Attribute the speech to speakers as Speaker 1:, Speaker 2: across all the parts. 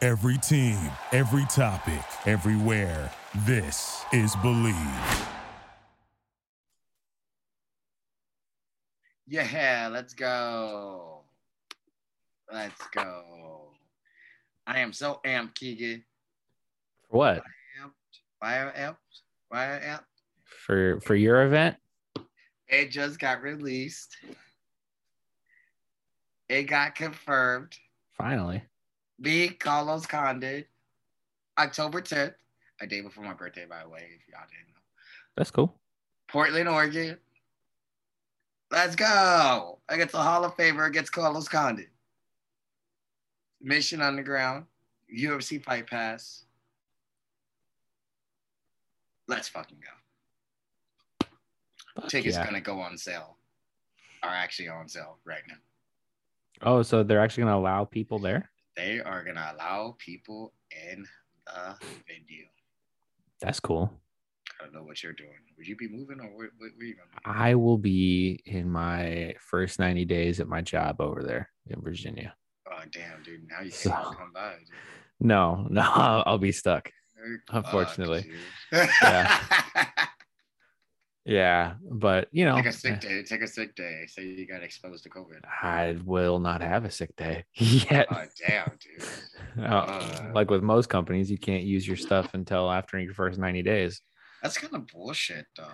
Speaker 1: Every team, every topic, everywhere. This is Believe.
Speaker 2: Yeah, let's go. Let's go. I am so amped, Keegan.
Speaker 3: For what?
Speaker 2: Fire amped. Fire amped.
Speaker 3: For for your event?
Speaker 2: It just got released. It got confirmed.
Speaker 3: Finally.
Speaker 2: Me, Carlos Condit, October 10th, a day before my birthday, by the way, if y'all didn't know.
Speaker 3: That's cool.
Speaker 2: Portland, Oregon. Let's go. Against the Hall of Famer against Carlos Condit. Mission Underground, UFC Fight Pass. Let's fucking go.
Speaker 3: Fuck
Speaker 2: Tickets
Speaker 3: yeah.
Speaker 2: gonna go on sale. Are actually on sale right now.
Speaker 3: Oh, so they're actually gonna allow people there?
Speaker 2: They are gonna allow people in the venue.
Speaker 3: That's cool.
Speaker 2: I don't know what you're doing. Would you be moving or where, where, where you gonna be?
Speaker 3: I will be in my first 90 days at my job over there in Virginia.
Speaker 2: Oh damn, dude! Now you
Speaker 3: So-
Speaker 2: can't come by. Dude.
Speaker 3: No, no, I'll be stuck.
Speaker 2: Fuck
Speaker 3: Unfortunately.
Speaker 2: you.
Speaker 3: Yeah, but you know, eh,
Speaker 2: take a sick day. Take a sick day. Say you got exposed to COVID.
Speaker 3: I will not have a sick day yet.
Speaker 2: Oh damn, dude.
Speaker 3: Uh, like with most companies, you can't use your stuff until after your first 90 days.
Speaker 2: That's kind of bullshit, though.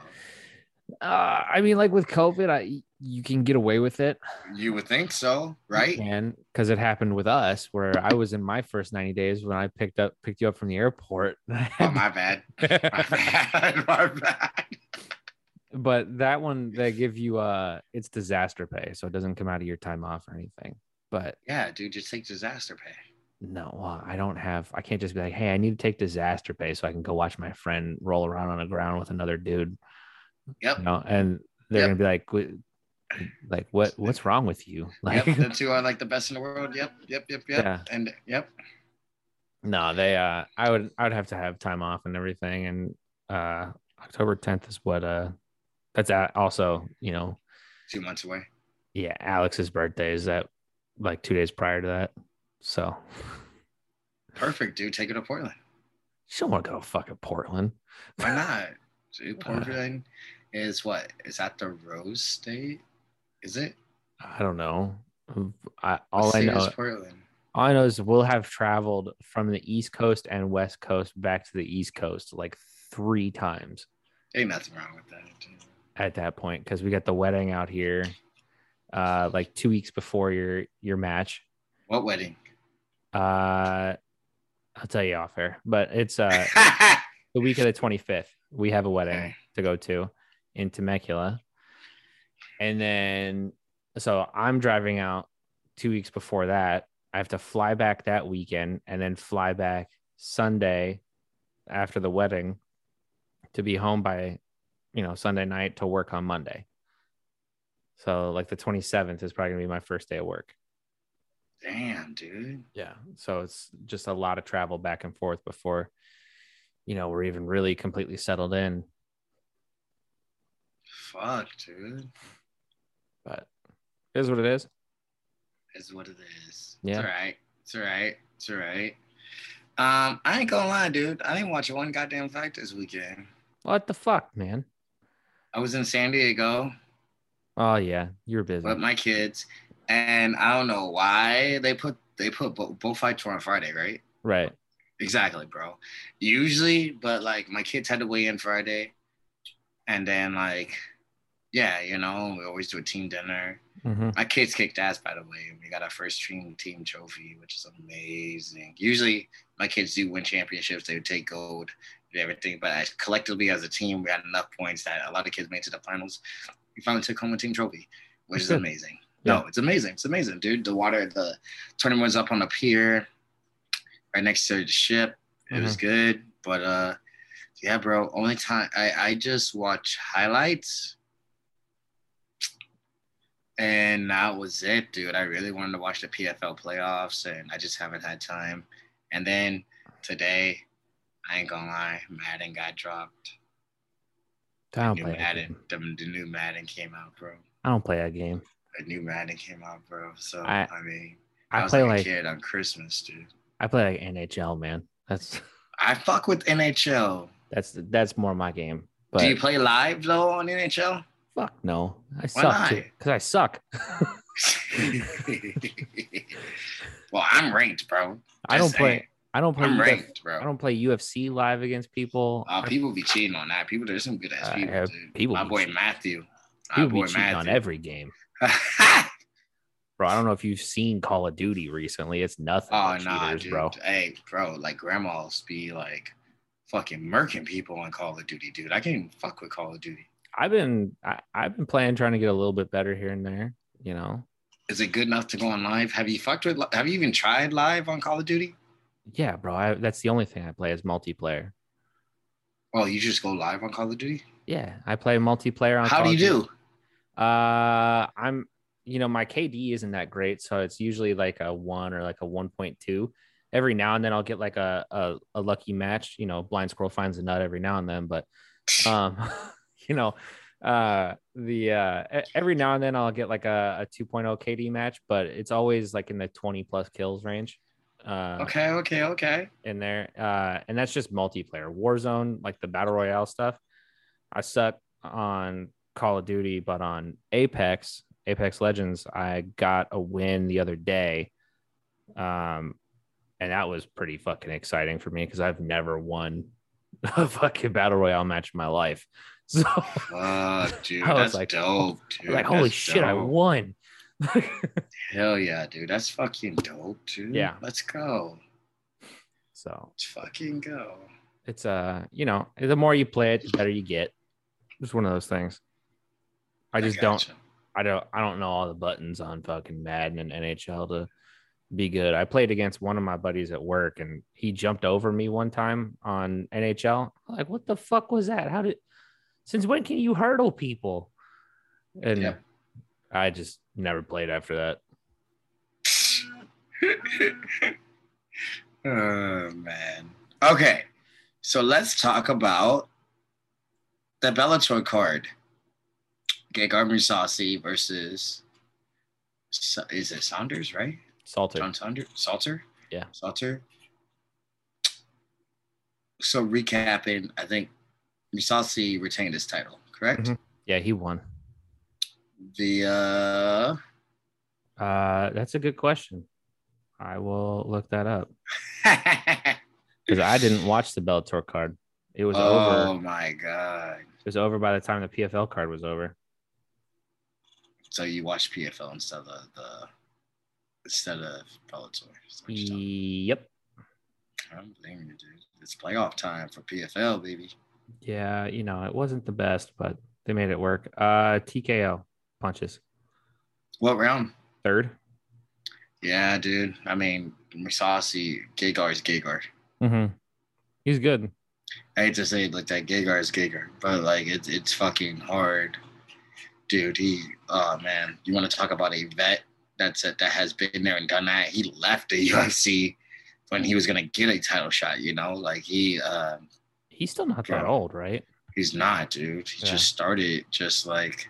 Speaker 3: Uh, I mean, like with COVID, I you can get away with it,
Speaker 2: You would think so, right?
Speaker 3: And because it happened with us, where I was in my first 90 days when I picked up picked you up from the airport.
Speaker 2: Oh, my bad. My bad. My bad.
Speaker 3: but that one they give you uh it's disaster pay, so it doesn't come out of your time off or anything. But
Speaker 2: Yeah, dude, just take disaster pay.
Speaker 3: no, uh, I don't have. I can't just be like, hey, I need to take disaster pay so I can go watch my friend roll around on the ground with another dude.
Speaker 2: Yep.
Speaker 3: You know, and they're
Speaker 2: Yep.
Speaker 3: gonna be like, "Wh- like what what's wrong with you? Like,
Speaker 2: yep, the two are like the best in the world. Yep, yep, yep, yep.
Speaker 3: Yeah.
Speaker 2: And yep,
Speaker 3: no, they. Uh, I would I would have to have time off and everything. And uh, October 10th is what. Uh, that's a- also you know,
Speaker 2: two months away.
Speaker 3: yeah, Alex's birthday is that like two days prior to that, so
Speaker 2: Perfect, dude. Take it to Portland.
Speaker 3: she don't want to go to fucking Portland.
Speaker 2: Why not? Dude, Portland is what? Is that the Rose State? Is it?
Speaker 3: I don't know. I, all
Speaker 2: What
Speaker 3: I
Speaker 2: state
Speaker 3: know
Speaker 2: is Portland.
Speaker 3: All I know is we'll have traveled from the East Coast and West Coast back to the East Coast like three times
Speaker 2: Ain't nothing wrong with that. Dude.
Speaker 3: at that point because we got the wedding out here uh like two weeks before your your match.
Speaker 2: What wedding?
Speaker 3: Uh I'll tell you off air, but it's uh the week of the 25th. We have a wedding
Speaker 2: Okay.
Speaker 3: to go to in Temecula. And then so I'm driving out two weeks before that. I have to fly back that weekend and then fly back Sunday after the wedding to be home by, you know, Sunday night to work on Monday. So like the 27th is probably gonna be my first day of work.
Speaker 2: Damn, dude.
Speaker 3: Yeah. So it's just a lot of travel back and forth before, you know, we're even really completely settled in.
Speaker 2: Fuck, dude.
Speaker 3: but it is what it is.
Speaker 2: Is what it is.
Speaker 3: Yeah.
Speaker 2: It's all right. It's all right. It's all right. Um, I ain't gonna lie, dude. I didn't watch one goddamn fight this weekend.
Speaker 3: What the fuck, man?
Speaker 2: I was in San Diego
Speaker 3: Oh yeah, you're busy.
Speaker 2: with my kids, and I don't know why they put they put bo- both fights were on Friday, right?
Speaker 3: right.
Speaker 2: Exactly, bro. Usually, but like my kids had to weigh in Friday, and then like, yeah, you know, we always do a team dinner.
Speaker 3: Mhm.
Speaker 2: My kids kicked ass, by the way. We got our first team team trophy, which is amazing. Usually, my kids do win championships. They would take gold and everything, but as collectively as a team, we got enough points that a lot of kids made it to the finals. We finally took home a team trophy, which
Speaker 3: That's
Speaker 2: is
Speaker 3: good.
Speaker 2: amazing.
Speaker 3: Yeah.
Speaker 2: No, it's amazing. It's amazing, dude. The water, the tournament was up on a pier right next to the ship. It was
Speaker 3: Mm-hmm.
Speaker 2: good, but uh, yeah, bro. Only time I I just watch highlights, and that was it, dude. I really wanted to watch the PFL playoffs, and I just haven't had time. And then today, I ain't gonna lie, Madden got dropped.
Speaker 3: I don't
Speaker 2: New
Speaker 3: play that
Speaker 2: Madden,
Speaker 3: game.
Speaker 2: the, the new Madden came out, bro.
Speaker 3: I don't play that game.
Speaker 2: A new Madden came out, bro. So
Speaker 3: I-
Speaker 2: I mean, I,
Speaker 3: I
Speaker 2: was
Speaker 3: play
Speaker 2: like a
Speaker 3: like
Speaker 2: kid on Christmas, dude.
Speaker 3: I play like NHL, man. That's
Speaker 2: I fuck with NHL.
Speaker 3: that's that's more my game. But
Speaker 2: Do you play live though on NHL?
Speaker 3: fuck no, I
Speaker 2: not?
Speaker 3: suck because I suck.
Speaker 2: well, I'm ranked, bro.
Speaker 3: I don't
Speaker 2: Just saying.
Speaker 3: play. I don't play.
Speaker 2: I'm
Speaker 3: Uf-
Speaker 2: ranked,
Speaker 3: I
Speaker 2: bro.
Speaker 3: don't play UFC live against people.
Speaker 2: Uh,
Speaker 3: I-
Speaker 2: people be cheating on that. People, there's some good ass
Speaker 3: I
Speaker 2: people.
Speaker 3: have-
Speaker 2: dude.
Speaker 3: people
Speaker 2: My
Speaker 3: be
Speaker 2: boy
Speaker 3: cheating.
Speaker 2: Matthew. My
Speaker 3: people be
Speaker 2: boy
Speaker 3: cheating on
Speaker 2: Matthew.
Speaker 3: every game, bro. I don't know if you've seen Call of Duty recently. It's nothing.
Speaker 2: oh
Speaker 3: but
Speaker 2: no, nah,
Speaker 3: cheaters,
Speaker 2: dude.
Speaker 3: bro.
Speaker 2: Hey, bro, like grandmas be like fucking murking people on Call of Duty, dude. I can't even fuck with Call of Duty.
Speaker 3: I've been I, I've been playing trying to get a little bit better here and there. You know,
Speaker 2: Is it good enough to go on live? Have you fucked with? li- Have you even tried live on Call of Duty?
Speaker 3: yeah, bro. I, that's the only thing I play is multiplayer.
Speaker 2: Oh, you just go live on Call of Duty.
Speaker 3: Yeah, I play multiplayer on.
Speaker 2: How do
Speaker 3: Call of
Speaker 2: you
Speaker 3: Duty.
Speaker 2: do?
Speaker 3: Uh, I'm, you know, my KD isn't that great, so it's usually like a one or like a one point two. Every now and then, I'll get like a, a a lucky match. You know, blind squirrel finds a nut every now and then, but um, you know, uh, the uh, e- every now and then I'll get like a a 2.0 KD match, but it's always like in the 20 plus kills range. Uh,
Speaker 2: Okay, okay, okay.
Speaker 3: in there. Uh, and that's just multiplayer. Warzone, like the battle royale stuff. I suck on Call of Duty, but on Apex, Apex Legends, I got a win the other day. Um, and that was pretty fucking exciting for me because I've never won a fucking battle royale match in my life. So
Speaker 2: Fuck, dude,
Speaker 3: I was
Speaker 2: that's
Speaker 3: like-
Speaker 2: dope, dude.
Speaker 3: like, holy
Speaker 2: That's
Speaker 3: shit, I
Speaker 2: dope.
Speaker 3: won.
Speaker 2: Hell yeah, dude. That's fucking dope, dude.
Speaker 3: Yeah.
Speaker 2: Let's go.
Speaker 3: so
Speaker 2: Let's fucking go.
Speaker 3: it's uh, you know, the more you play it, the better you get. It's one of those things. I just don't
Speaker 2: gotcha.
Speaker 3: I don't I don't know all the buttons on fucking Madden and NHL to be good. I played against one of my buddies at work and he jumped over me one time on NHL. I'm like, what the fuck was that? How did since when can you hurdle people? And
Speaker 2: Yep.
Speaker 3: I just never played after that.
Speaker 2: oh man. Okay. So let's talk about the Bellator card. Gig Armory Saucy versus Sa- is it Saunders, right?
Speaker 3: Salter.
Speaker 2: John Saunders Salter?
Speaker 3: Yeah.
Speaker 2: Salter. So recapping, I think Musasi retained his title, correct?
Speaker 3: Mhm. Yeah, he won.
Speaker 2: The uh
Speaker 3: Uh that's a good question. I will look that up. Because I didn't watch the Bellator card. It was
Speaker 2: oh
Speaker 3: over.
Speaker 2: my god.
Speaker 3: It was over by the time the PFL card was over.
Speaker 2: So you watch PFL instead of the instead of Bellator. That's what you're telling me.
Speaker 3: Yep.
Speaker 2: I don't blame you, dude. It's playoff time for PFL, baby.
Speaker 3: Yeah, you know, it wasn't the best, but they made it work. Uh TKO punches.
Speaker 2: What round?
Speaker 3: Third.
Speaker 2: Yeah, dude. I mean, Musasi, Gagar is Gagar.
Speaker 3: Mm-hmm. He's good.
Speaker 2: I hate to say it like that, Gagar is Gagar, but like it's it's fucking hard, dude. He, oh man, you want to talk about a vet that's it that has been there and done that? He left the UFC when he was gonna get a title shot. You know, like he, uh,
Speaker 3: He's still not that
Speaker 2: Yeah.
Speaker 3: old, right?
Speaker 2: he's not, dude. He
Speaker 3: Yeah.
Speaker 2: just started, just like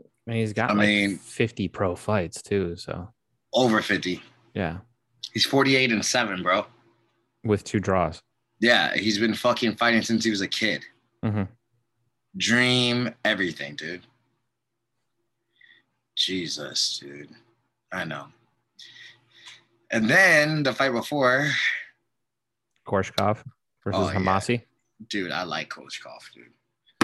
Speaker 3: I mean, he's got
Speaker 2: I
Speaker 3: like
Speaker 2: mean-
Speaker 3: 50 pro fights too, so
Speaker 2: over fifty.
Speaker 3: yeah,
Speaker 2: He's forty-eight and seven, bro.
Speaker 3: with two draws.
Speaker 2: Yeah, he's been fucking fighting since he was a kid.
Speaker 3: Mhm.
Speaker 2: Dream everything, dude. Jesus, dude. I know. And then the fight before,
Speaker 3: Korshkov versus
Speaker 2: Oh, yeah.
Speaker 3: Hamasi.
Speaker 2: dude, I like Coach Koff, dude.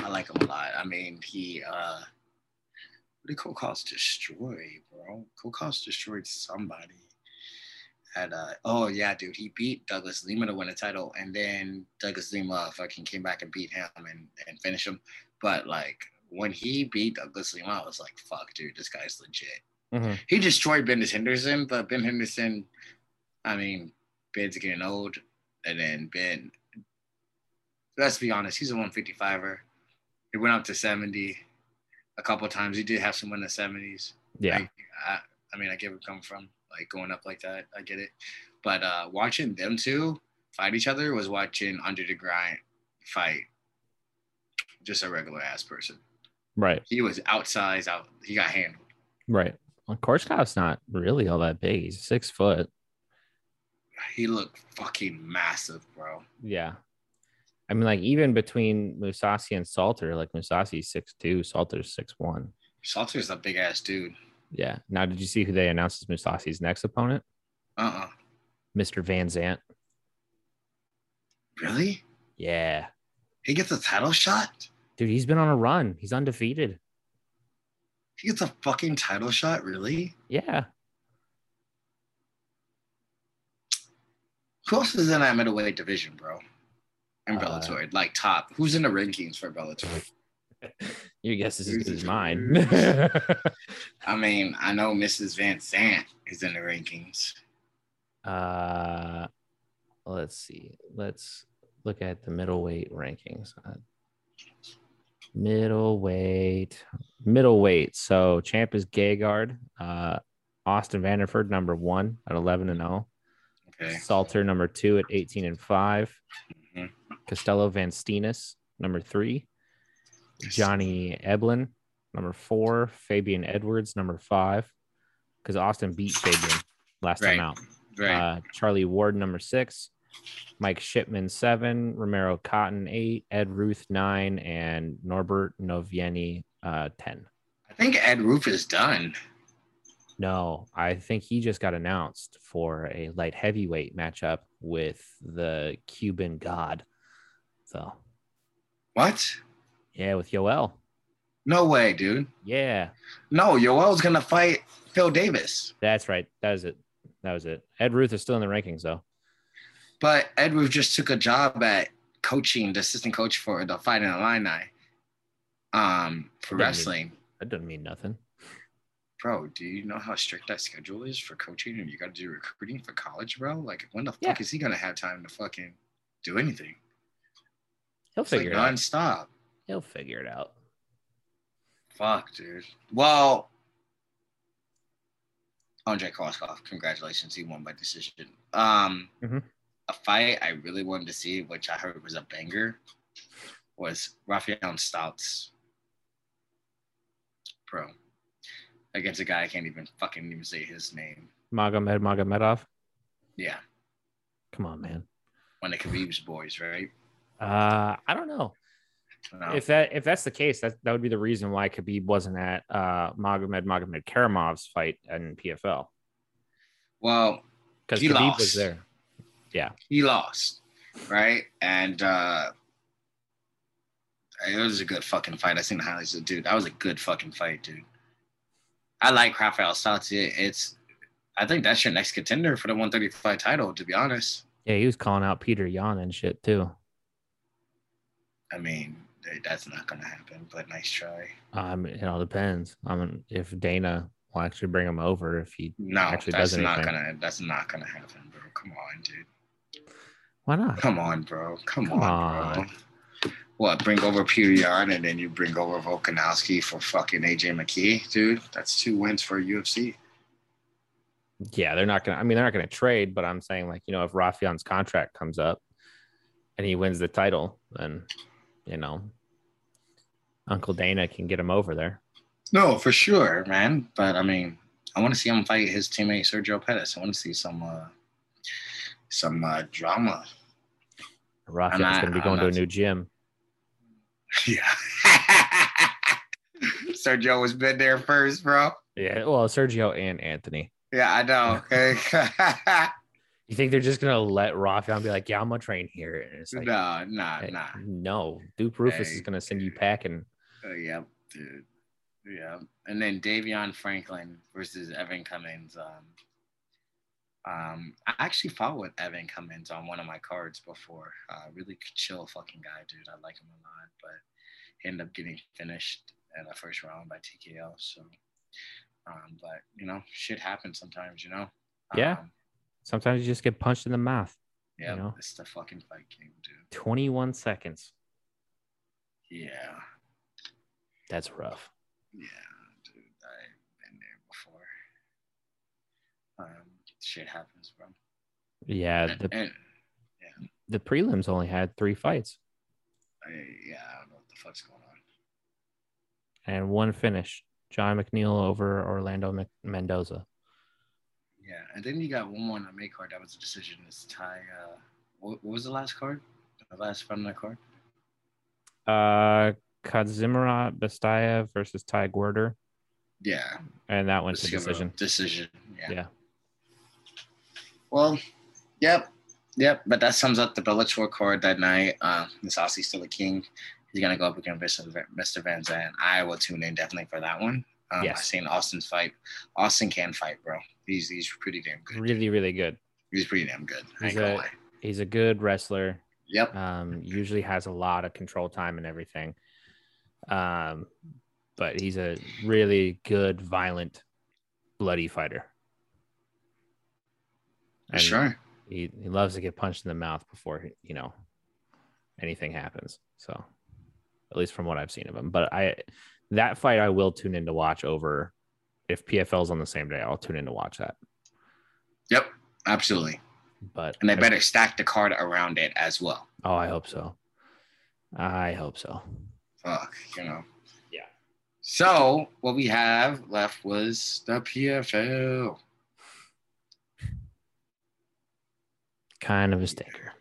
Speaker 2: I like him a lot. I mean, he uh what did Kokos destroy, bro? Kokos destroyed somebody. At uh oh yeah, dude, he beat Douglas Lima to win a title, and then Douglas Lima fucking came back and beat him and, and finished him. But like when he beat Douglas Lima, I was like, fuck, dude, this guy's legit.
Speaker 3: Mhm.
Speaker 2: He destroyed Ben Henderson, but Ben Henderson, I mean, Ben's getting old, and then Ben let's be honest, he's a 155er. He went up to 70 a couple times. He did have some in the 70s.
Speaker 3: Yeah.
Speaker 2: Like, I, I mean, I get where it come from, like going up like that. I get it. But uh, watching them two fight each other was watching Under the Grind fight just a regular ass person.
Speaker 3: Right.
Speaker 2: He was outsized out. He got handled.
Speaker 3: Right. Well, Korshkov's not really all that big. He's six foot.
Speaker 2: He looked fucking massive, bro.
Speaker 3: Yeah. I mean, like even between Musasi and Salter, like Musasi's six two, Salter's six one.
Speaker 2: Salter's a big ass dude.
Speaker 3: Yeah. Now, did you see who they announced as Musasi's next opponent?
Speaker 2: Uh uh
Speaker 3: Mr. Van Zant.
Speaker 2: Really?
Speaker 3: Yeah,
Speaker 2: He gets a title shot?
Speaker 3: dude, he's been on a run. He's undefeated.
Speaker 2: He gets a fucking title shot? Really?
Speaker 3: Yeah,
Speaker 2: Who else is in that middleweight division, bro? And
Speaker 3: Uh,
Speaker 2: Bellator, like top. Who's in the rankings for Bellator?
Speaker 3: your guess is as good as mine.
Speaker 2: I mean, I know Mrs. Van Sant is in the rankings.
Speaker 3: uh, let's see. Let's look at the middleweight rankings. Uh, middleweight, middleweight. So champ is Gegard. Uh, Austin Vanderford number one at eleven and oh. zero.
Speaker 2: Okay.
Speaker 3: Salter number two at 18 and 5
Speaker 2: Mhm.
Speaker 3: Costello Van Steenis number three. Johnny Eblin number four. Fabian Edwards number five. Because Austin beat Fabian last time
Speaker 2: Right,
Speaker 3: out.
Speaker 2: Right.
Speaker 3: Uh, Charlie Ward number six. Mike Shipman seven. Romero Cotton eight. Ed Ruth nine. And Norbert Novieni uh, ten.
Speaker 2: I think Ed Roof is done.
Speaker 3: No, I think he just got announced for a light heavyweight matchup with the Cuban god. So,
Speaker 2: What?
Speaker 3: yeah, with Yoel.
Speaker 2: No way, dude.
Speaker 3: Yeah,
Speaker 2: No, Yoel's gonna fight Phil Davis.
Speaker 3: that's right. That was it. That was it. Ed Ruth is still in the rankings, though.
Speaker 2: But Ed Roof just took a job at coaching, the assistant coach for the Fighting Illini, um, for
Speaker 3: That doesn't mean-
Speaker 2: wrestling.
Speaker 3: That doesn't mean nothing.
Speaker 2: Bro, do you know how strict that schedule is for coaching? And you got to do recruiting for college, bro. Like, when the
Speaker 3: Yeah.
Speaker 2: fuck is he gonna have time to fucking do anything?
Speaker 3: He'll
Speaker 2: It's like
Speaker 3: figure it out.
Speaker 2: nonstop.
Speaker 3: He'll figure it out.
Speaker 2: Fuck, dude. Well, Andre Koskov, congratulations, he won by decision. Um,
Speaker 3: Mhm.
Speaker 2: a fight I really wanted to see, which I heard was a banger, was Rafael Stouts, bro, against a guy I can't even fucking even say his name.
Speaker 3: Magomed Magomedov.
Speaker 2: Yeah,
Speaker 3: Come on, man.
Speaker 2: one of Khabib's boys, right?
Speaker 3: Uh, I don't know
Speaker 2: No.
Speaker 3: if that if that's the case. That that would be the reason why Khabib wasn't at uh, Magomed Magomed Karamov's fight in PFL
Speaker 2: well,
Speaker 3: because
Speaker 2: He
Speaker 3: Khabib
Speaker 2: lost.
Speaker 3: was there.
Speaker 2: he lost, right? And uh it was a good fucking fight. I seen the highlights of dude. That was a good fucking fight, dude. I like Rafael Stotts. It- It's I think that's your next contender for the 135 title, to be honest.
Speaker 3: Yeah, he was calling out Peter Yan and shit too.
Speaker 2: I mean, th- that's not gonna happen, but nice try.
Speaker 3: Um, it all depends on if Dana will actually bring him over. If he,
Speaker 2: No,
Speaker 3: Actually
Speaker 2: that's
Speaker 3: does
Speaker 2: not
Speaker 3: anything.
Speaker 2: gonna that's not gonna happen, bro. Come on, dude.
Speaker 3: why not?
Speaker 2: Come on, bro. Come,
Speaker 3: Come
Speaker 2: on, bro. What, bring over Peter Yarn and then you bring over Volkanovski for fucking AJ McKee? Dude, that's two wins for UFC.
Speaker 3: Yeah, they're not gonna. I mean, they're not gonna trade. But I'm saying, like, you know, if Rafian's contract comes up and he wins the title, then you know, Uncle Dana can get him over there.
Speaker 2: No, for sure, man. But I mean, I want to see him fight his teammate Sergio Pettis. I want to see some uh, some uh, drama.
Speaker 3: Rafian's
Speaker 2: not-
Speaker 3: gonna be
Speaker 2: I'm
Speaker 3: going to a
Speaker 2: not-
Speaker 3: new gym.
Speaker 2: Yeah. Sergio was been there first, bro.
Speaker 3: Yeah, well, Sergio and Anthony.
Speaker 2: Yeah, I know. Okay.
Speaker 3: You think they're just gonna let Rafian be like, yeah, I'm gonna train here? And it's like,
Speaker 2: no, nah,
Speaker 3: hey,
Speaker 2: nah.
Speaker 3: no, Duke Rufus
Speaker 2: Hey.
Speaker 3: is gonna send you packing.
Speaker 2: Oh, yep, dude. Yeah. And then Davion Franklin versus Evan Cummins. Um, um, I actually fought with Evan Cummins on one of my cards before. Uh, really chill fucking guy, dude. I like him a lot, but he ended up getting finished in the first round by TKO. So, um, but you know, shit happens sometimes, you know.
Speaker 3: Yeah.
Speaker 2: Um,
Speaker 3: Sometimes you just get punched in the mouth.
Speaker 2: yeah.
Speaker 3: know?
Speaker 2: It's the fucking fight game, dude.
Speaker 3: 21 seconds.
Speaker 2: Yeah.
Speaker 3: That's rough.
Speaker 2: Yeah, dude, I've been there before. Um, shit happens, bro.
Speaker 3: Yeah,
Speaker 2: And,
Speaker 3: the,
Speaker 2: and-
Speaker 3: the prelims only had three fights
Speaker 2: I, yeah, I don't know what the fuck's going on.
Speaker 3: and one finish. John McNeil over Orlando Mc- Mendoza.
Speaker 2: Yeah, and then you got one more on the main card. That was a decision. It's tie. Uh, what, what was the last card? The last front of that card.
Speaker 3: Uh, Kazimira Bestaya versus Ty Gorder,
Speaker 2: Yeah.
Speaker 3: and that went
Speaker 2: let's
Speaker 3: to
Speaker 2: give a
Speaker 3: decision.
Speaker 2: Decision. Yeah.
Speaker 3: Yeah.
Speaker 2: Well, yep, yep. But that sums up the Bellator card that night. Uh, it's obviously still a king. He's gonna go up against Mr. Van- Mr. Van Zandt. I will tune in definitely for that one. Um,
Speaker 3: Yes.
Speaker 2: I've seen Austin's fight. Austin can fight, bro. He's he's pretty damn good.
Speaker 3: Really, really good.
Speaker 2: He's pretty damn good. I
Speaker 3: He's
Speaker 2: ain't gonna
Speaker 3: a-
Speaker 2: lie.
Speaker 3: He's a good wrestler.
Speaker 2: Yep.
Speaker 3: Um, usually has a lot of control time and everything. Um, but he's a really good, violent, bloody fighter.
Speaker 2: For
Speaker 3: And
Speaker 2: sure.
Speaker 3: He, he loves to get punched in the mouth before you know anything happens. So, at least from what I've seen of him. But I that fight I will tune in to watch over. If PFL's on the same day, I'll tune in to watch that.
Speaker 2: Yep. Absolutely.
Speaker 3: But
Speaker 2: And they
Speaker 3: I-
Speaker 2: better stack the card around it as well.
Speaker 3: Oh, I hope so. I hope so.
Speaker 2: Fuck, you know.
Speaker 3: Yeah.
Speaker 2: So what we have left was the PFL.
Speaker 3: Kind of a stinker.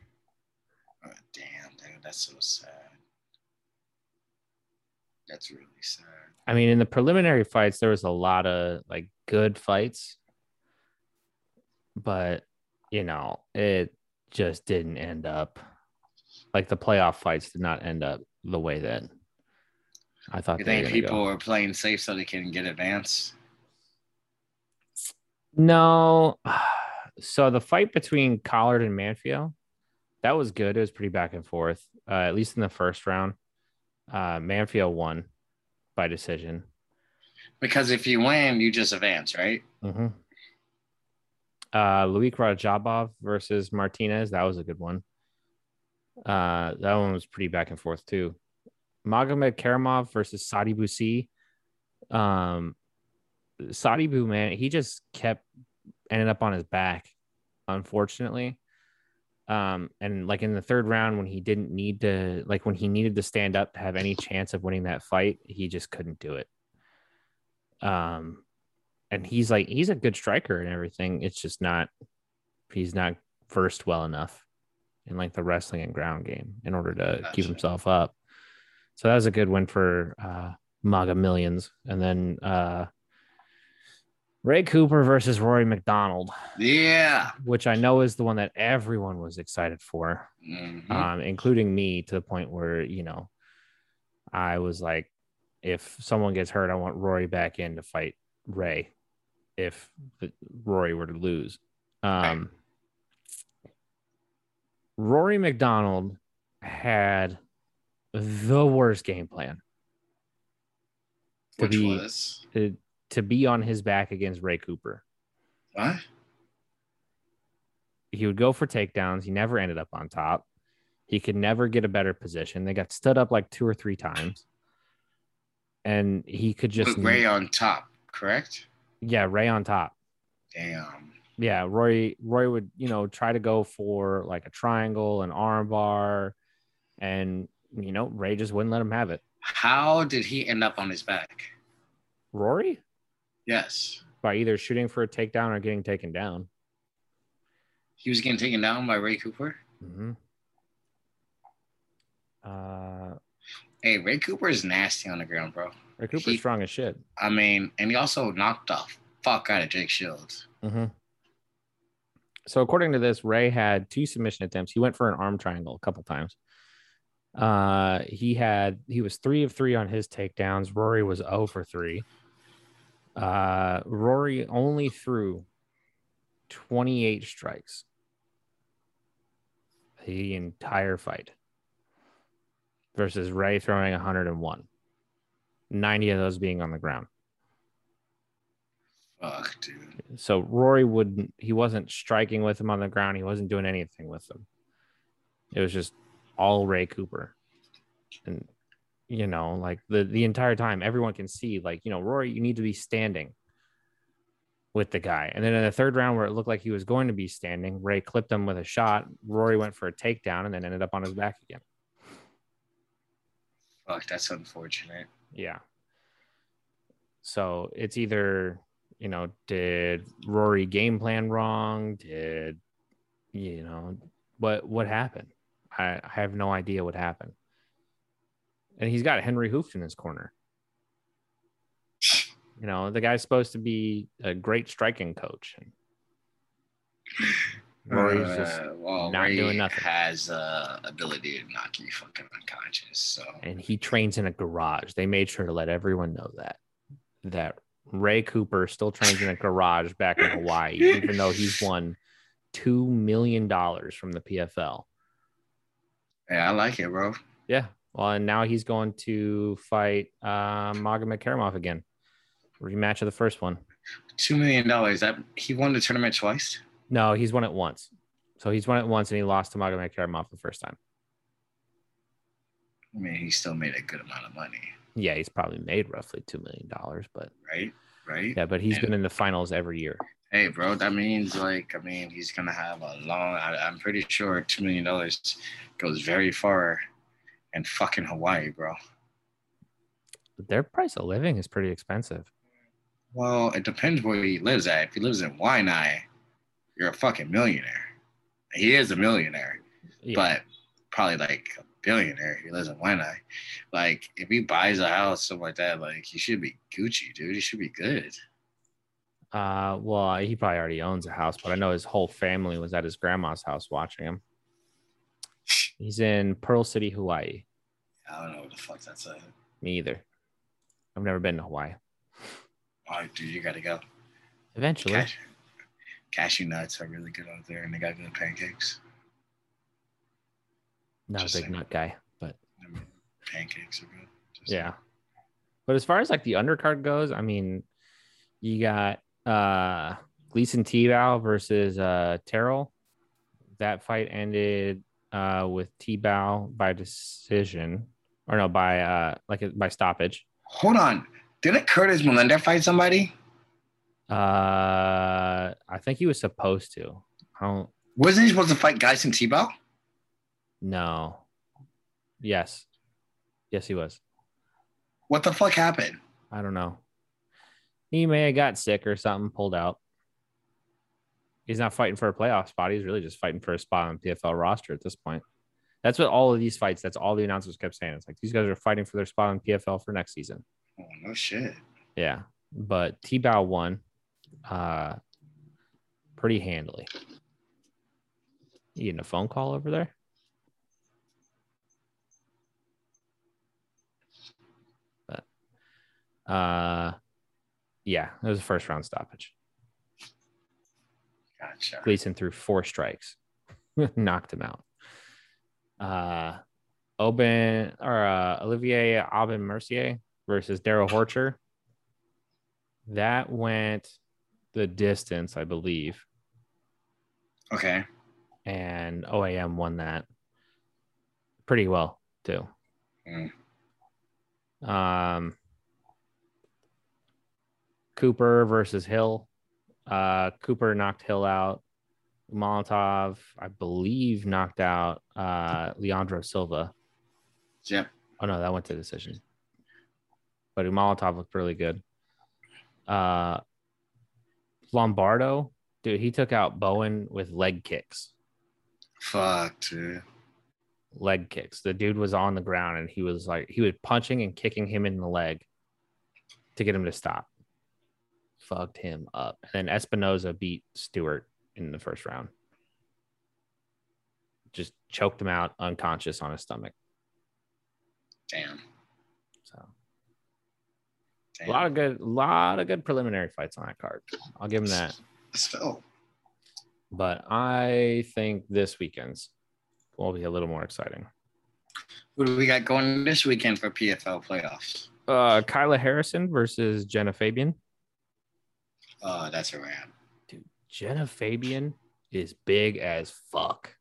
Speaker 2: Oh, damn, dude, that's so sad. That's really sad.
Speaker 3: I mean, in the preliminary fights, there was a lot of like good fights, but you know, it just didn't end up like the playoff fights did not end up the way that I thought
Speaker 2: You
Speaker 3: they
Speaker 2: think
Speaker 3: were. People
Speaker 2: people are playing safe so they can get advanced?
Speaker 3: No. So the fight between Collard and Manfio, that was good. It was pretty back and forth, uh, at least in the first round. Uh, Manfio won by decision.
Speaker 2: Because if you win, you just advance, right?
Speaker 3: Mm-hmm. Uh, Luik Rajabov versus Martinez. That was a good one. Uh, that one was pretty back and forth too. Magomed Karamov versus Sadi Busi. Um, Sadi Bu man, he just kept ended up on his back, unfortunately. Um, and like in the third round, when he didn't need to, like when he needed to stand up to have any chance of winning that fight, he just couldn't do it. Um, and he's like he's a good striker and everything. It's just not he's not versed well enough in like the wrestling and ground game in order to keep
Speaker 2: Gotcha.
Speaker 3: himself up. So that was a good win for uh MAGA millions. And then uh Ray Cooper versus Rory McDonald,
Speaker 2: Yeah.
Speaker 3: which I know is the one that everyone was excited for
Speaker 2: Mhm.
Speaker 3: um, including me to the point where you know I was like, if someone gets hurt, I want Rory back in to fight Ray. If the- Rory were to lose, um, Rory McDonald had the worst game plan to
Speaker 2: Which
Speaker 3: be
Speaker 2: was
Speaker 3: to, to be on his back against Ray Cooper.
Speaker 2: what?
Speaker 3: he would go for takedowns. He never ended up on top. He could never get a better position. They got stood up like two or three times. And he could just
Speaker 2: Put Ray on top, correct?
Speaker 3: Yeah, Ray on top.
Speaker 2: Damn.
Speaker 3: Yeah, Roy Roy would, you know, try to go for like a triangle, an arm bar, and you know, Ray just wouldn't let him have it.
Speaker 2: How did he end up on his back?
Speaker 3: Rory?
Speaker 2: Yes.
Speaker 3: By either shooting for a takedown or getting taken down.
Speaker 2: He was getting taken down by Ray Cooper.
Speaker 3: hmm Uh
Speaker 2: Hey, Ray Cooper is nasty on the ground, bro.
Speaker 3: Ray Cooper's
Speaker 2: He-
Speaker 3: strong as shit.
Speaker 2: I mean, and he also knocked the fuck out of Jake Shields.
Speaker 3: Mm-hmm. So according to this, Ray had two submission attempts. He went for an arm triangle a couple times. Uh, he had he was three of three on his takedowns. Rory was zero for three. Uh, Rory only threw twenty eight strikes the entire fight versus Ray throwing one hundred and one. Ninety of those being on the ground.
Speaker 2: Fuck, dude.
Speaker 3: So Rory wouldn't he wasn't striking with him on the ground. He wasn't doing anything with him. It was just all Ray Cooper. And you know, like the the entire time everyone can see like, you know, Rory, you need to be standing with the guy. And then in the third round where it looked like he was going to be standing, Ray clipped him with a shot. Rory went for a takedown and then ended up on his back again.
Speaker 2: Fuck, that's unfortunate.
Speaker 3: Yeah. So it's either you know, did Rory game plan wrong? Did you know what what happened? I, I have no idea what happened. And he's got Henry Hooft in his corner. You know, the guy's supposed to be a great striking coach. Rory's just
Speaker 2: Uh, well,
Speaker 3: not
Speaker 2: Ray
Speaker 3: doing nothing.
Speaker 2: has uh, ability to knock you fucking unconscious. So
Speaker 3: and he trains in a garage. They made sure to let everyone know that that Ray Cooper still trains in a garage back in Hawaii, even though he's won two million dollars from the PFL.
Speaker 2: yeah, I like it, bro.
Speaker 3: Yeah. Well, and now he's going to fight uh, Magomed Karamov again, rematch of the first one.
Speaker 2: Two million dollars. That he won the tournament twice.
Speaker 3: No, he's won it once. So he's won it once, and he lost to Magomed Karamov the first time.
Speaker 2: I mean, he still made a good amount of money,
Speaker 3: Yeah, he's probably made roughly two million dollars, but
Speaker 2: right? Right.
Speaker 3: yeah, but he's been in the finals every year.
Speaker 2: Hey, bro. That means like, I mean, he's gonna have a long. I, I'm pretty sure two million dollars goes very far in fucking Hawaii, bro.
Speaker 3: Their price of living is pretty expensive.
Speaker 2: Well, it depends where he lives at. If he lives in Waianae, you're a fucking millionaire. He is a millionaire,
Speaker 3: Yeah.
Speaker 2: but probably like a billionaire if he lives in Waianae. Like, if he buys a house, something like that, like, he should be Gucci, dude. He should be good.
Speaker 3: Uh, well, he probably already owns a house, but I know his whole family was at his grandma's house watching him. He's in Pearl City, Hawaii.
Speaker 2: I don't know what the fuck that's like.
Speaker 3: Me either. I've never been to Hawaii.
Speaker 2: Oh, dude, you gotta go.
Speaker 3: Eventually,
Speaker 2: Cash, cashew nuts are really good out there, and they got good pancakes.
Speaker 3: not
Speaker 2: just
Speaker 3: a big
Speaker 2: saying.
Speaker 3: nut guy, but
Speaker 2: I mean, pancakes are good. Just-
Speaker 3: yeah. But as far as like the undercard goes, I mean, you got uh Gleason Tebow versus uh Terrell. That fight ended uh with Tebow by decision, or no, by uh like by stoppage.
Speaker 2: Hold on. Didn't Curtis Melinda fight somebody?
Speaker 3: Uh, I think he was supposed to. I don't
Speaker 2: Wasn't he supposed to fight Tyson Tebow?
Speaker 3: know. Yes, yes, he was.
Speaker 2: What the fuck happened?
Speaker 3: I don't know. He may have got sick or something, pulled out. He's not fighting for a playoff spot. He's really just fighting for a spot on the PFL roster at this point. That's what all of these fights. That's all the announcers kept saying. It's like these guys are fighting for their spot on PFL for next season.
Speaker 2: Oh no shit.
Speaker 3: Yeah, but T-Bow won, uh, pretty handily. You getting a phone call over there? But, uh, yeah, it was a first round stoppage.
Speaker 2: Gotcha.
Speaker 3: Gleason threw four strikes, knocked him out. Uh, Oben or uh, Olivier Aubin Mercier versus Daryl Horcher. That went the distance, I believe,
Speaker 2: Okay.
Speaker 3: and OAM won that pretty well too.
Speaker 2: Mm.
Speaker 3: Um, Cooper versus Hill. Uh, Cooper knocked Hill out. Molotov, I believe, knocked out uh, Leandro Silva.
Speaker 2: Yep.
Speaker 3: Oh no, that went to decision. But Molotov looked really good. Uh, Lombardo, dude, he took out Bowen with leg kicks.
Speaker 2: Fuck, dude.
Speaker 3: Leg kicks. The dude was on the ground and he was like he was punching and kicking him in the leg to get him to stop. Fucked him up. And then Espinoza beat Stewart in the first round. Just choked him out unconscious on his stomach.
Speaker 2: Damn.
Speaker 3: So
Speaker 2: Damn.
Speaker 3: A lot of good, lot of good preliminary fights on that card. I'll give him that.
Speaker 2: Still.
Speaker 3: But I think this weekend's will be a little more exciting.
Speaker 2: What do we got going this weekend for PFL playoffs?
Speaker 3: Uh, Kyla Harrison versus Jenna Fabian.
Speaker 2: Oh, that's a wrap.
Speaker 3: Jenna Fabian is big as fuck.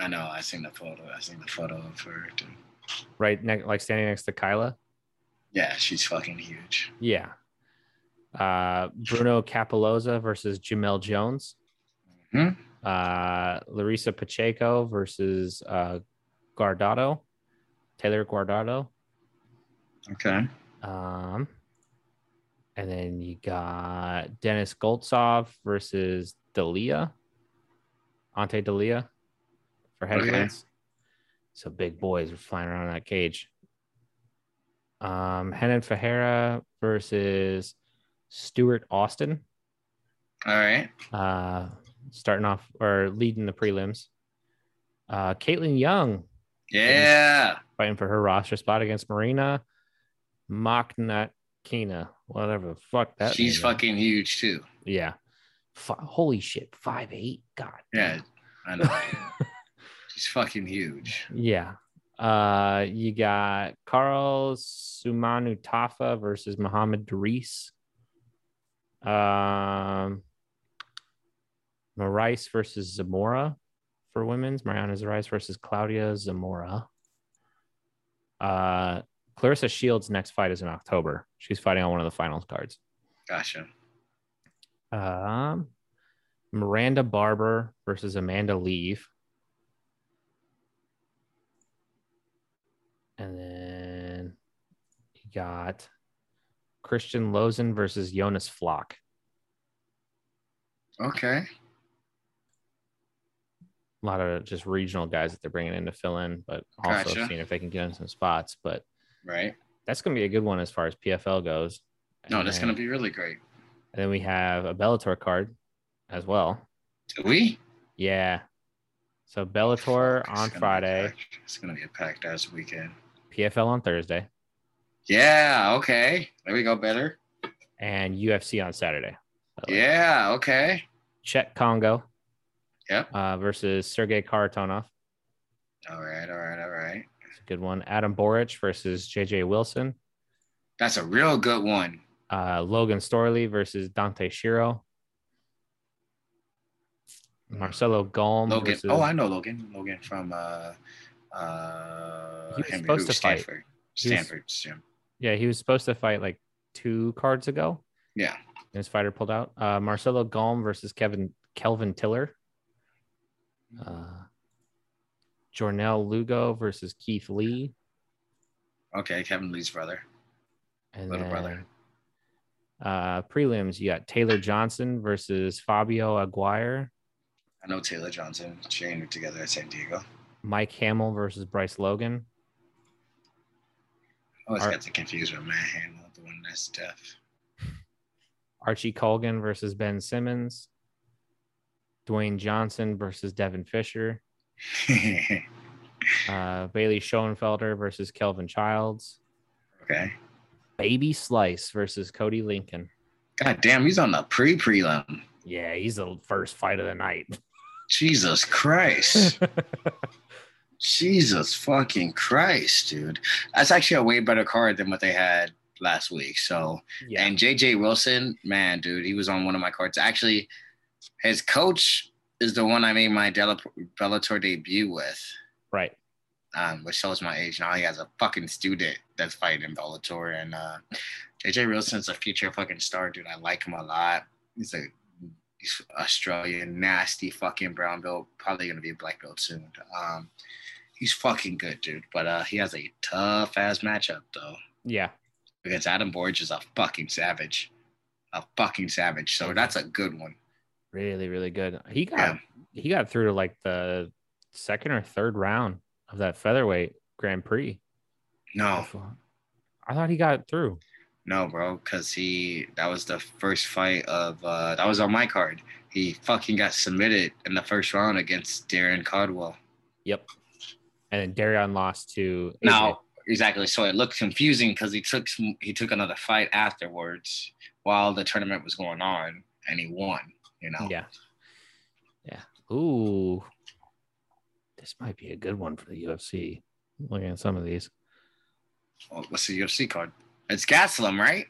Speaker 2: I know. I seen the photo. I seen the photo of her. Dude.
Speaker 3: Right, ne- like standing next to Kyla.
Speaker 2: Yeah, she's fucking huge.
Speaker 3: Yeah. Uh, Bruno Capoloza versus Jamel Jones.
Speaker 2: Hmm?
Speaker 3: Uh, Larissa Pacheco versus uh, Guardado. Taylor Guardado.
Speaker 2: Okay.
Speaker 3: Um, And then you got Dennis Goltsov versus Dalia, Ante Dalia for
Speaker 2: Okay.
Speaker 3: headwinds. So big boys are flying around that cage. Um, Henan Fajera versus Stuart Austin,
Speaker 2: All right.
Speaker 3: uh, starting off or leading the prelims. Uh, Caitlin Young
Speaker 2: Yeah.
Speaker 3: fighting for her roster spot against Marina Machnatkina, whatever the fuck that.
Speaker 2: She's
Speaker 3: name is.
Speaker 2: fucking huge too.
Speaker 3: Yeah. Fi holy shit, five eight. God.
Speaker 2: Yeah.
Speaker 3: damn.
Speaker 2: I know. She's fucking huge.
Speaker 3: yeah. Uh, you got Carl Sumanu Tafa versus Muhammad Darius. Um, Marais versus Zamora for women's. Mariana Zarice versus Claudia Zamora. Uh, Clarissa Shields' next fight is in October. She's fighting on one of the finals cards.
Speaker 2: Gotcha.
Speaker 3: Um, Miranda Barber versus Amanda Leave. And then you got Christian Lozen versus Jonas Flock.
Speaker 2: Okay.
Speaker 3: A lot of just regional guys that they're bringing in to fill in, but also
Speaker 2: Gotcha.
Speaker 3: seeing if they can get in some spots. But
Speaker 2: Right.
Speaker 3: that's going to be a good one as far as PFL goes.
Speaker 2: No,
Speaker 3: And
Speaker 2: that's
Speaker 3: then-
Speaker 2: gonna be really great.
Speaker 3: And then we have a Bellator card as well.
Speaker 2: Do we?
Speaker 3: Yeah. So Bellator
Speaker 2: Fuck, it's
Speaker 3: on
Speaker 2: gonna be
Speaker 3: Friday.
Speaker 2: packed. It's gonna be a packed ass weekend.
Speaker 3: PFL on Thursday
Speaker 2: Yeah. Okay. There we go. Better.
Speaker 3: and UFC on Saturday.
Speaker 2: Yeah. Okay.
Speaker 3: Chet Congo
Speaker 2: Yep.
Speaker 3: uh, versus Sergey Karatonov.
Speaker 2: All right. All right. All right.
Speaker 3: It's a good one. Adam Borich versus JJ Wilson.
Speaker 2: That's a real good one.
Speaker 3: Uh, Logan Storley versus Dante Shiro. Marcelo Gome.
Speaker 2: Logan.
Speaker 3: Versus,
Speaker 2: Oh, I know Logan. Logan from uh uh
Speaker 3: He was
Speaker 2: Henry
Speaker 3: supposed
Speaker 2: Hoover,
Speaker 3: to fight.
Speaker 2: Stanford.
Speaker 3: He was-
Speaker 2: Stanford. Jim.
Speaker 3: yeah, he was supposed to fight like two cards ago.
Speaker 2: Yeah.
Speaker 3: And his fighter pulled out. Uh, Marcelo Gome versus Kevin Kelvin Tiller. Uh, Jornel Lugo versus Keith Lee.
Speaker 2: Okay, Kevin Lee's brother.
Speaker 3: And
Speaker 2: Little
Speaker 3: then,
Speaker 2: brother.
Speaker 3: uh, prelims, you got Taylor Johnson versus Fabio Aguirre,
Speaker 2: I know Taylor Johnson trained together at San Diego.
Speaker 3: Mike Hamill versus Bryce Logan,
Speaker 2: Always
Speaker 3: Are-
Speaker 2: got to confuse with Matt Hamill, the one that's deaf.
Speaker 3: Archie Colgan versus Ben Simmons, Dwayne Johnson versus Devin Fisher, uh, Bailey Schoenfelder versus Kelvin Childs,
Speaker 2: okay.
Speaker 3: Baby Slice versus Cody Lincoln.
Speaker 2: God damn, he's on the pre prelim.
Speaker 3: Yeah, he's the first fight of the night.
Speaker 2: Jesus Christ. Jesus fucking Christ, dude. That's actually a way better card than what they had last week. So,
Speaker 3: yeah,
Speaker 2: and JJ Wilson, man, dude, he was on one of my cards. Actually, his coach is the one I made my Dela- Bellator debut with,
Speaker 3: right.
Speaker 2: um, which shows my age. Now he has a fucking student that's fighting in Bellator. And uh, JJ Wilson's a future fucking star, dude. I like him a lot. He's a he's Australian, nasty fucking brown belt. Probably gonna be a black belt soon. Um, he's fucking good, dude. But uh, he has a tough ass matchup though,
Speaker 3: Yeah,
Speaker 2: because Adam Borge is a fucking savage, a fucking savage. So that's a good one.
Speaker 3: really, really good. He got
Speaker 2: Yeah.
Speaker 3: he got through to like the second or third round of that featherweight Grand Prix.
Speaker 2: No,
Speaker 3: I thought he got through.
Speaker 2: no, bro, because he that was the first fight of uh, that was on my card. He fucking got submitted in the first round against Darren Caldwell.
Speaker 3: Yep. And then Darion lost to AJ.
Speaker 2: No, exactly. So it looked confusing because he took some, he took another fight afterwards while the tournament was going on, and he won. You know,
Speaker 3: Yeah. Yeah. Ooh. This might be a good one for the UFC. Looking at some of these.
Speaker 2: Well, what's the UFC card? It's Gaslam, right?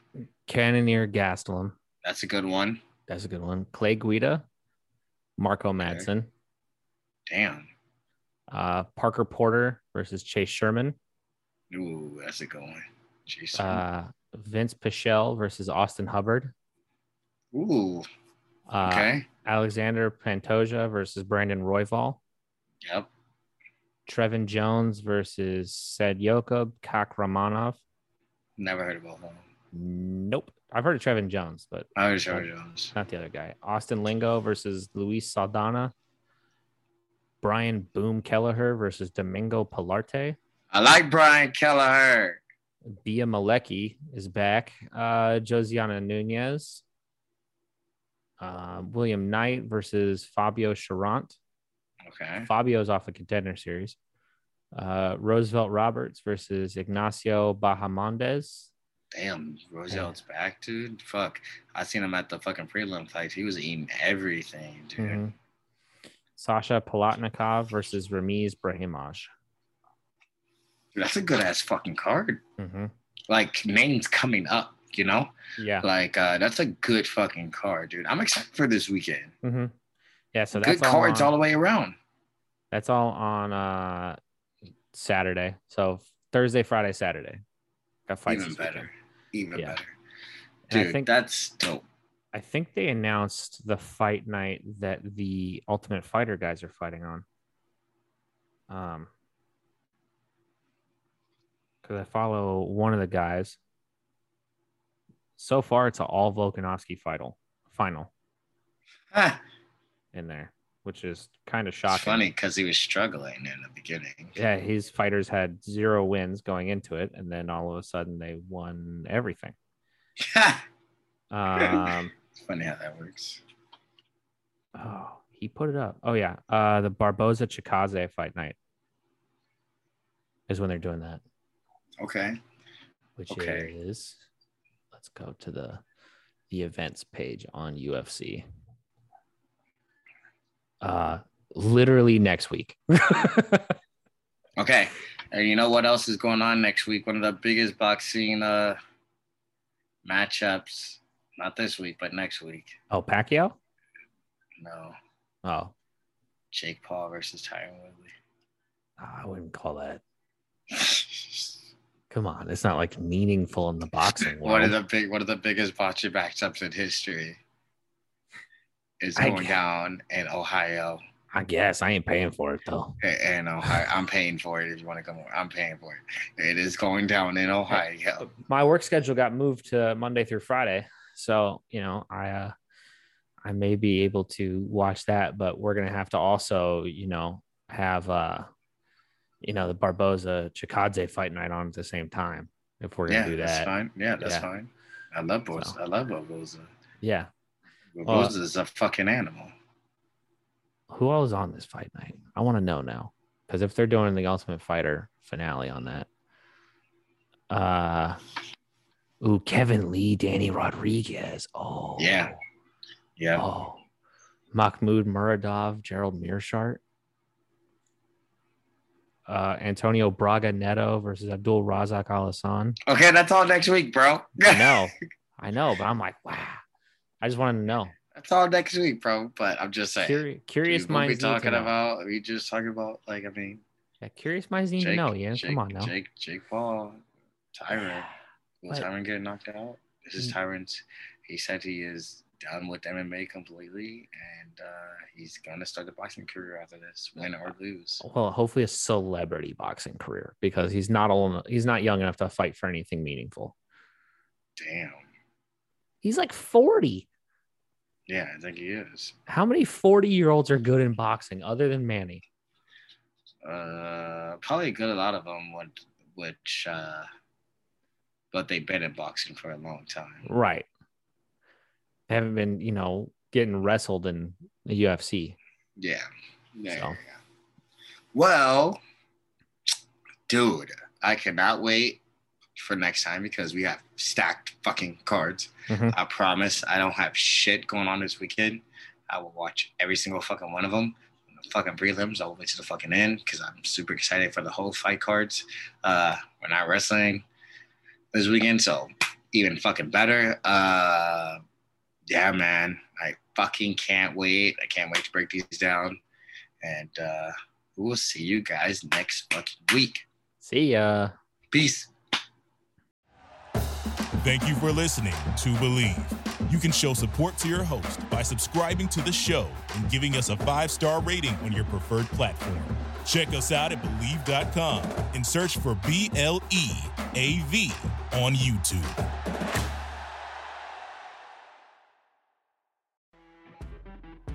Speaker 3: Cannoneer Gastelum.
Speaker 2: That's a good one.
Speaker 3: That's a good one. Clay Guida. Marco Madsen.
Speaker 2: Damn.
Speaker 3: Uh, Parker Porter versus Chase Sherman.
Speaker 2: Ooh, that's a good one. Jeez.
Speaker 3: Uh, Vince Pichel versus Austin Hubbard.
Speaker 2: Ooh.
Speaker 3: Uh,
Speaker 2: Okay.
Speaker 3: Alexander Pantoja versus Brandon Royval,
Speaker 2: yep.
Speaker 3: Trevin Jones versus Sedyokub Kakramanov,
Speaker 2: Never heard of both of them.
Speaker 3: Nope. I've heard of Trevin Jones, but
Speaker 2: I was Trevor Jones.
Speaker 3: not the other guy. Austin Lingo versus Luis Saldana. Brian Boom Kelleher versus Domingo Pilarte.
Speaker 2: I like Brian Kelleher.
Speaker 3: Bia Malecki is back. Uh, Josiana Nunez. Uh, William Knight versus Fabio Charant.
Speaker 2: Okay.
Speaker 3: Fabio's off the contender series. Uh, Roosevelt Roberts versus Ignacio Bahamondes.
Speaker 2: Damn, Roselle's back, dude. Fuck. I seen him at the fucking prelim fights. He was eating everything, dude.
Speaker 3: Mhm. Sasha Palatnikov versus Ramiz Brahimaj.
Speaker 2: Dude, That's a good ass fucking card.
Speaker 3: hmm
Speaker 2: Like names coming up, you know?
Speaker 3: Yeah.
Speaker 2: Like uh that's a good fucking card, dude. I'm excited for this weekend.
Speaker 3: hmm Yeah. So that's
Speaker 2: good cards
Speaker 3: all, uh,
Speaker 2: all
Speaker 3: on,
Speaker 2: the way around.
Speaker 3: that's all on uh, Saturday. So Thursday, Friday, Saturday. Got fights.
Speaker 2: Even
Speaker 3: this weekend.
Speaker 2: better. Even
Speaker 3: Yeah.
Speaker 2: better.
Speaker 3: And
Speaker 2: Dude,
Speaker 3: I think
Speaker 2: that's dope.
Speaker 3: I think they announced the fight night that the Ultimate Fighter guys are fighting on. Um, because I follow one of the guys. So far, it's an all Volkanovski final, final
Speaker 2: Ah,
Speaker 3: in there, which is kind of
Speaker 2: it's
Speaker 3: shocking.
Speaker 2: funny because he was struggling in the beginning.
Speaker 3: Yeah, his fighters had zero wins going into it, and then all of a sudden they won everything. Um,
Speaker 2: it's funny how that works.
Speaker 3: Oh, he put it up. Oh yeah, uh, the Barboza Chikaze fight night is when they're doing that,
Speaker 2: Okay.
Speaker 3: which
Speaker 2: Okay.
Speaker 3: is let's go to the the events page on UFC. Uh, literally next week.
Speaker 2: Okay. And you know what else is going on next week? One of the biggest boxing uh matchups. Not this week, but next week.
Speaker 3: oh, Pacquiao.
Speaker 2: No.
Speaker 3: Oh,
Speaker 2: Jake Paul versus Tyron Woodley.
Speaker 3: I wouldn't call that. Come on, it's not like meaningful in the boxing world.
Speaker 2: one of the big one of the biggest boxing matchups in history is
Speaker 3: I
Speaker 2: going
Speaker 3: g-
Speaker 2: down in Ohio.
Speaker 3: I guess I ain't paying for it though.
Speaker 2: A- And Ohio, I'm paying for it. If you want to come, over. I'm paying for it. It is going down in Ohio.
Speaker 3: my work schedule got moved to Monday through Friday. So, you know, I uh I may be able to watch that, but we're gonna have to also, you know, have uh you know the Barboza Chikadze fight night on at the same time if we're gonna
Speaker 2: Yeah,
Speaker 3: do
Speaker 2: that's
Speaker 3: that.
Speaker 2: fine. Yeah, that's
Speaker 3: Yeah.
Speaker 2: fine. I love Bosa.
Speaker 3: So.
Speaker 2: I love Bosa.
Speaker 3: Yeah. Well-
Speaker 2: Bosa is a fucking animal.
Speaker 3: Who all is on this fight night? I wanna know now. Because if they're doing the ultimate fighter finale on that. Uh ooh, Kevin Lee, Danny Rodriguez. Oh
Speaker 2: Yeah. Yeah.
Speaker 3: Oh, Mahmoud Muradov, Gerald Mearshart, uh, Antonio Braga Neto versus Abdul Razak Al Hassan.
Speaker 2: Okay, that's all next week, bro.
Speaker 3: I know, I know, but I'm like, wow. I just wanted to know.
Speaker 2: that's all next week, bro. But I'm just saying.
Speaker 3: Curi- curious
Speaker 2: dude, what we
Speaker 3: minds need to
Speaker 2: talking
Speaker 3: know.
Speaker 2: about? We just talking about like I mean,
Speaker 3: Yeah, curious minds need to
Speaker 2: Jake,
Speaker 3: know. Yeah,
Speaker 2: Jake,
Speaker 3: come on now.
Speaker 2: Jake, Jake Paul, Tyron. Will
Speaker 3: But-
Speaker 2: Tyron get knocked out? This is
Speaker 3: Mm.
Speaker 2: Tyron's. He said he is done with MMA completely, and uh, he's gonna start a boxing career after this, win or lose.
Speaker 3: Well, hopefully a celebrity boxing career because he's not old. He's not young enough to fight for anything meaningful.
Speaker 2: Damn.
Speaker 3: He's like forty.
Speaker 2: Yeah, I think he is.
Speaker 3: How many forty-year-olds are good in boxing other than Manny?
Speaker 2: Uh, probably a good lot of them would, which, uh, but they've been in boxing for a long time.
Speaker 3: Right. They haven't been, you know, getting wrestled in the UFC.
Speaker 2: Yeah. Yeah.
Speaker 3: So.
Speaker 2: yeah, yeah. Well, dude, I cannot wait for next time because we have stacked fucking cards.
Speaker 3: Mhm.
Speaker 2: I promise I don't have shit going on this weekend. I will watch every single fucking one of them. The fucking prelims all the way to the fucking end because I'm super excited for the whole fight cards. Uh, we're not wrestling this weekend, so even fucking better. Uh, yeah, man, I fucking can't wait. I can't wait to break these down, and uh, we will see you guys next fucking week.
Speaker 3: See ya.
Speaker 2: Peace.
Speaker 1: Thank you for listening to Believe. You can show support to your host by subscribing to the show and giving us a five star rating on your preferred platform. Check us out at Believe.com and search for B L E A V on YouTube.